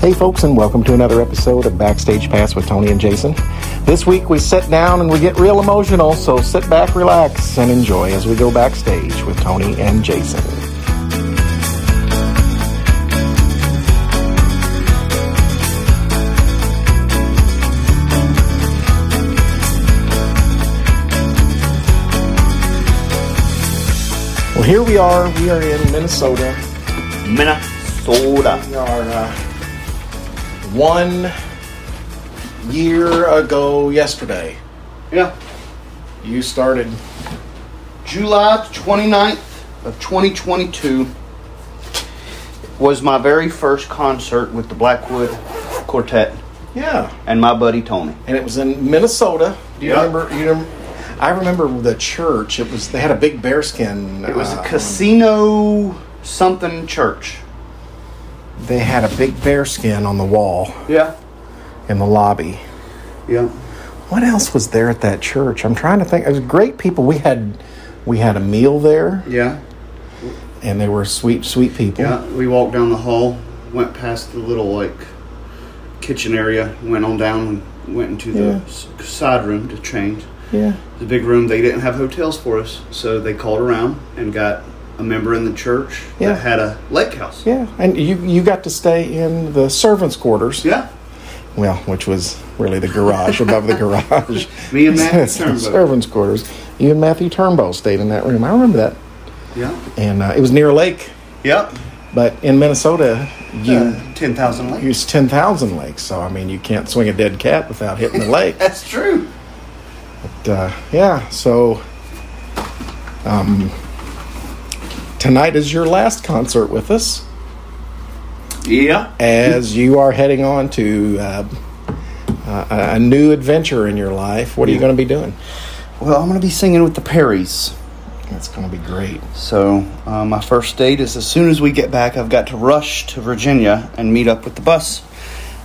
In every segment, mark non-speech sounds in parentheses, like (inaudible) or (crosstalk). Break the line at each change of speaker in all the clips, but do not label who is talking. Hey, folks, and welcome to another episode of Backstage Pass with Tony and Jason. This week we sit down and we get real emotional, so sit back, relax, and enjoy as we go backstage with Tony and Jason. Well, here we are. We are in Minnesota.
Minnesota.
We are uh, one year ago yesterday.
Yeah.
You started
July 29th of 2022 was my very first concert with the Blackwood Quartet
Yeah,
and my buddy Tony.
and it was in Minnesota. Do you
Yeah.
remember? You remember? I remember the church. It was they had a big bearskin.
It was
uh,
a casino something church.
They had a big bearskin on the wall
Yeah.
in the lobby.
Yeah.
What else was there at that church? I'm trying to think. It was great people. We had we had a meal there,
Yeah.
and they were sweet, sweet people.
Yeah. We walked down the hall, went past the little like kitchen area, went on down, went into the
Yeah.
s- side room to change.
yeah.
the big room they didn't have hotels for us so they called around and got a member in the church
Yeah.
that had a lake house
Yeah, and you you got to stay in the servants' quarters.
Yeah.
Well, which was really the garage above the garage.
(laughs) Me and
(laughs)
Matthew
It's the
Turnbow.
Servants' quarters. You and Matthew Turnbow stayed in that room. I remember that,
yeah
and uh, it was near a lake.
yep
But in Minnesota, you
uh, 10,000 lake
use ten thousand lakes. So I mean, you can't swing a dead cat without hitting the
(laughs)
lake.
that's true
But, uh, yeah. So, um, tonight is your last concert with us,
yeah
as
Mm-hmm.
you are heading on to. Uh, uh, a new adventure in your life. What are you going to be doing?
well i'm gonna be singing with the perrys
That's going to be great.
so uh, my first date is as soon as we get back i've got to rush to virginia and meet up with the bus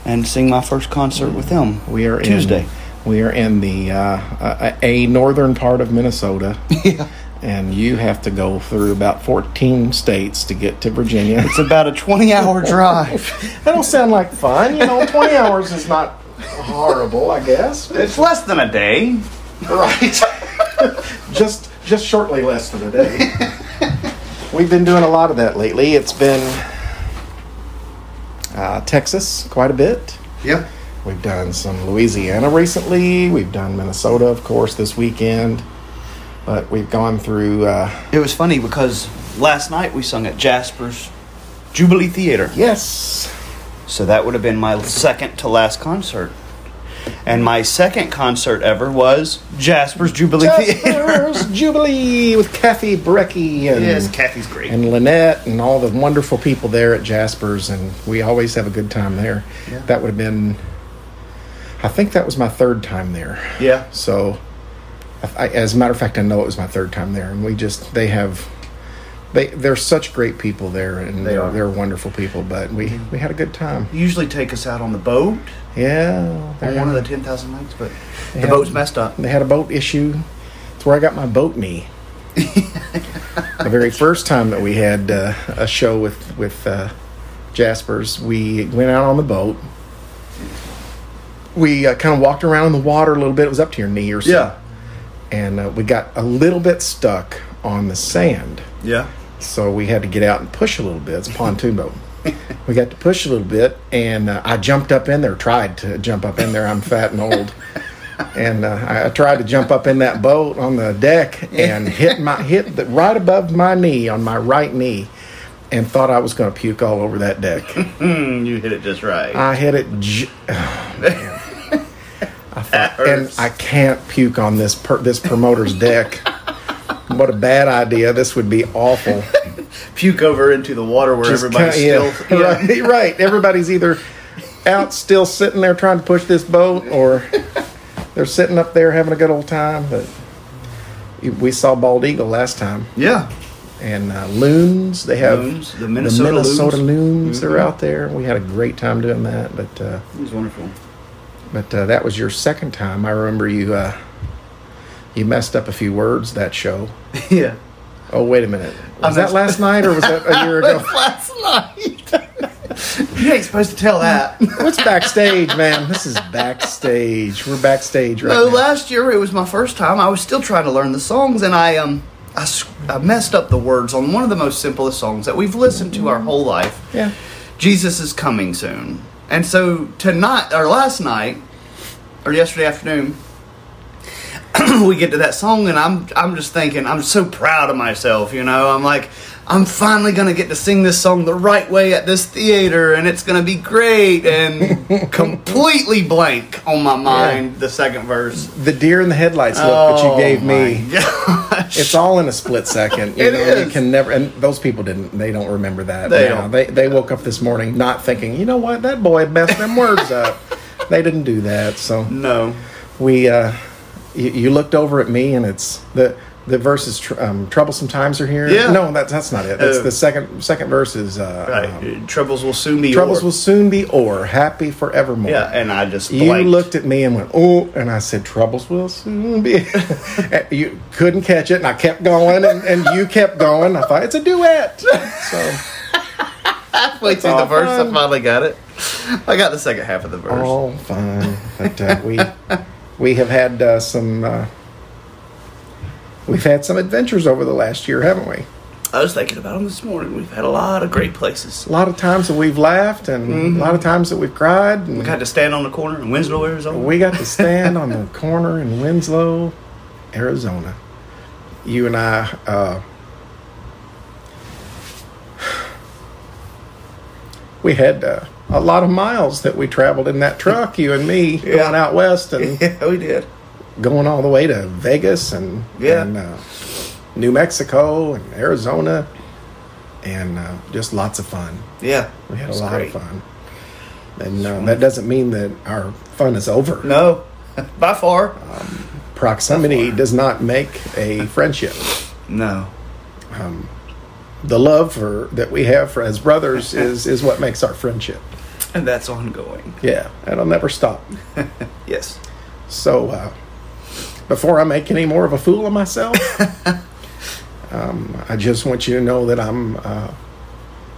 and sing my first concert with them
We are
tuesday
In, we are in the uh, uh, a northern part of (laughs) Minnesota,
yeah
and you have to go through about fourteen states to get to Virginia.
it's about a 20 (laughs) hour drive
(laughs) that don't sound like fun. You know, twenty hours is not horrible, I guess.
it's less than a day
Right. just just shortly less than a day. (laughs) We've been doing a lot of that lately. It's been uh, Texas quite a bit.
yeah
We've done some Louisiana recently. We've done Minnesota, of course, this weekend. But we've gone through, uh,
It was funny because last night we sung at Jasper's Jubilee Theater.
yes,
So that would have been my second to last concert. And my second concert ever was Jasper's Jubilee Theater.
Jasper's (laughs) Jubilee with Kathy Brecky and,
(laughs) Kathy's great.
and Lynette and all the wonderful people there at Jasper's. And we always have a good time there.
Yeah.
That would have been, I think that was my third time there.
yeah.
So, I, as a matter of fact, I know it was my third time there, and we just they have they they're such great people there, and
They
are
are. Mm-hmm.
they're wonderful people. But we we had a good time.
Usually take us out on the boat
Yeah,
on
they're-
one of the 10,000 lakes, but
Yeah.
the boat's messed up.
they had a boat issue. It's where I got my boat
(laughs)
knee. the very first time that we had uh, a show with with uh, Jaspers, we went out on the boat. We uh, kind of walked around in the water a little bit. It was up to your knee or so. and uh, we got a little bit stuck on the sand.
Yeah.
So we had to get out and push a little bit. It's a pontoon boat. we got to push a little bit, and uh, I jumped up in there, tried to jump up in there. I'm fat and old. And uh, I I tried to jump up in that boat on the deck and hit my hit the, right above my knee on my right knee, and thought I was going to puke all over that deck.
Mm, you hit it just right.
I hit it. J-
that
and
hurts.
I can't puke on this per- this promoter's deck. What a bad idea! This would be
(laughs)
awful.
puke over into the water where
Just
everybody's
kinda- yeah,
still. Yeah.
(laughs) Right, right. Everybody's either out still sitting there trying to push this boat, or they're sitting up there having a good old time. But we saw bald eagle last time,
yeah.
and uh, loons. They have
Loons, the Minnesota
Minnesota
loons. Mm-hmm.
loons. They're out there. We had a great time doing that, but. Uh,
It was wonderful. (laughs)
but uh, that was your second time. I remember you uh, you messed up a few words that show.
yeah.
Oh wait a minute, was
(laughs) messed- (laughs)
that last night or was that a year ago?
last night. You ain't supposed to tell that.
What's backstage, man? This is backstage. We're backstage right
So
now.
last year it was my first time. I was still trying to learn the songs, and I um I, s- I messed up the words on one of the most simplest songs that we've listened to our whole life.
Yeah.
Jesus is coming soon, and so tonight or last night or yesterday afternoon. (clears throat) we get to that song and I'm I'm just thinking I'm so proud of myself, you know. I'm like I'm finally going to get to sing this song the right way at this theater and it's going to be
(laughs)
great and completely blank on my mind the second verse. Oh
The deer in the headlights look that you gave me.
(laughs)
It's all in a split second. You
It
know, You
is.
can never. And those people didn't. They don't remember that.
They
now.
don't.
They they woke up this morning not thinking. You know what? That boy messed them words
(laughs)
up. They didn't do that. So
no.
we uh, you, you looked over at me and it's the the verse is tr- um, troublesome times are here
Yeah.
no that, that's not it that's
Oh.
the second second verse is uh, um,
Right. Troubles will soon be
troubles
o'er.
will soon be o'er happy forevermore
Yeah, and I just
you
blanked.
looked at me and went oh and i said troubles will soon be (laughs) And you couldn't catch it and i kept going and, and you kept going i thought it's a duet so
halfway through
all
the verse
fun.
I finally got it. I got the second half of the verse.
all fine but uh, we we have had uh, some uh, we've had some adventures over the last year haven't we
I was thinking about them this morning. We've had a lot of great places.
a lot of times that we've laughed and a lot of times that we've cried and
Mm-hmm. We got to stand on the corner in Winslow, Arizona.
we got to stand on the corner in winslow arizona you and i uh, we had uh, a lot of miles that we traveled in that truck you and me going out west and
(laughs) yeah, we did.
going all the way to Vegas and,
Yeah.
and uh, New Mexico and Arizona, and uh, just lots of fun.
Yeah,
We had
it
a
was
lot
great.
of fun, and uh, that doesn't mean that our fun is over.
No, (laughs) by far.
Proximity does not make a friendship.
No.
The love for, that we have for as brothers is is what makes our friendship.
And that's ongoing.
Yeah, that'll never stop.
Yes.
So, uh, before I make any more of a fool of myself, um, I just want you to know that I'm uh,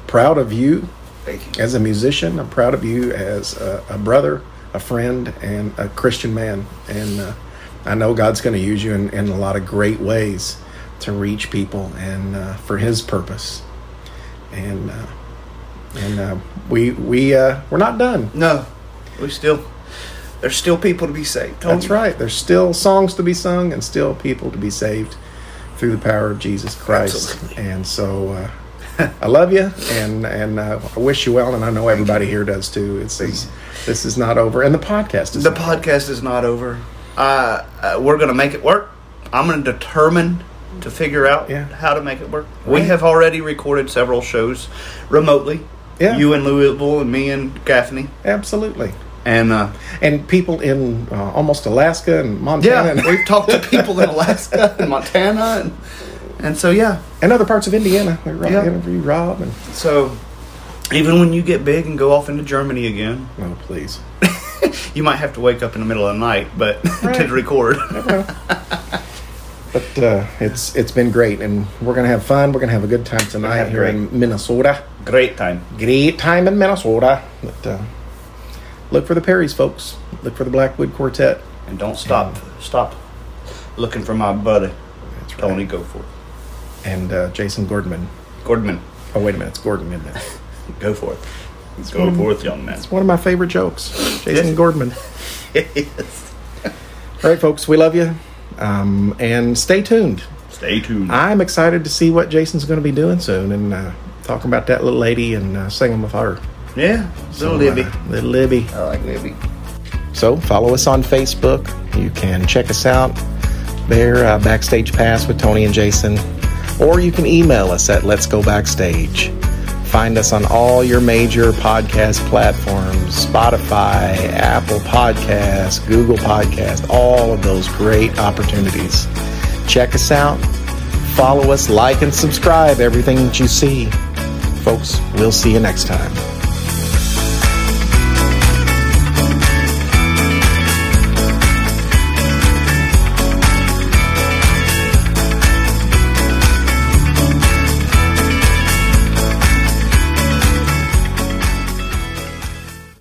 proud of you
Thank you.
as a musician. I'm proud of you as a, a brother, a friend, and a Christian man. And uh, I know God's going to use you in, in a lot of great ways to reach people and uh, for His purpose. And uh, and uh, we we uh, we're not done.
No, we still, there's still people to be saved. Don't-
That's right. There's still songs to be sung and still people to be saved through the power of Jesus Christ.
Absolutely.
And so uh, (laughs) I love you and and uh, I wish you well and I know everybody here does too. It's, it's this is not over and the podcast is
The
not-
podcast is not over. Uh, uh, we're going to make it work. I'm going to determine to figure out
Yeah.
how to make it work. We
Right.
have already recorded several shows remotely.
Yeah.
You in Louisville and me in Gaffney.
absolutely.
And uh,
And people in uh, almost Alaska and Montana (laughs)
yeah,
and,
we've talked to people in Alaska and Montana. And, and so, yeah.
and other parts of Indiana. We Rob,
Yeah.
interview Rob and
So even when you get big and go off into Germany again,
oh please.
you might have to wake up in the middle of the night, but (laughs)
Right.
to record.
But uh, it's it's been great and we're gonna have fun. We're gonna have a good time tonight
have
here in Minnesota.
Great time.
great time in Minnesota. But uh, look for the Perrys, folks. Look for the Blackwood Quartet.
And don't stop. Stop looking for my buddy,
That's right.
Tony Goforth.
And uh, Jason Gordman.
Gordman,
Oh, wait a minute. It's Gordon, isn't
(laughs)
it?
go forth. Go forth, young man. (laughs)
It's one of my favorite jokes. Jason
Yes.
Gordman.
yes.
All right, folks. We love you. Um, and stay tuned.
Stay tuned.
I'm excited to see what Jason's going to be doing soon and uh, talking about that little lady and uh, singing with her.
yeah, little
Uh,
Libby.
little Libby.
I like Libby.
So follow us on Facebook. You can check us out there, uh, Backstage Pass with Tony and Jason. Or you can email us at Let's Go Backstage. Find us on all your major podcast platforms Spotify, Apple Podcasts, Google Podcasts, all of those great opportunities. Check us out. Follow us, like, and subscribe everything that you see. Folks, we'll see you next time.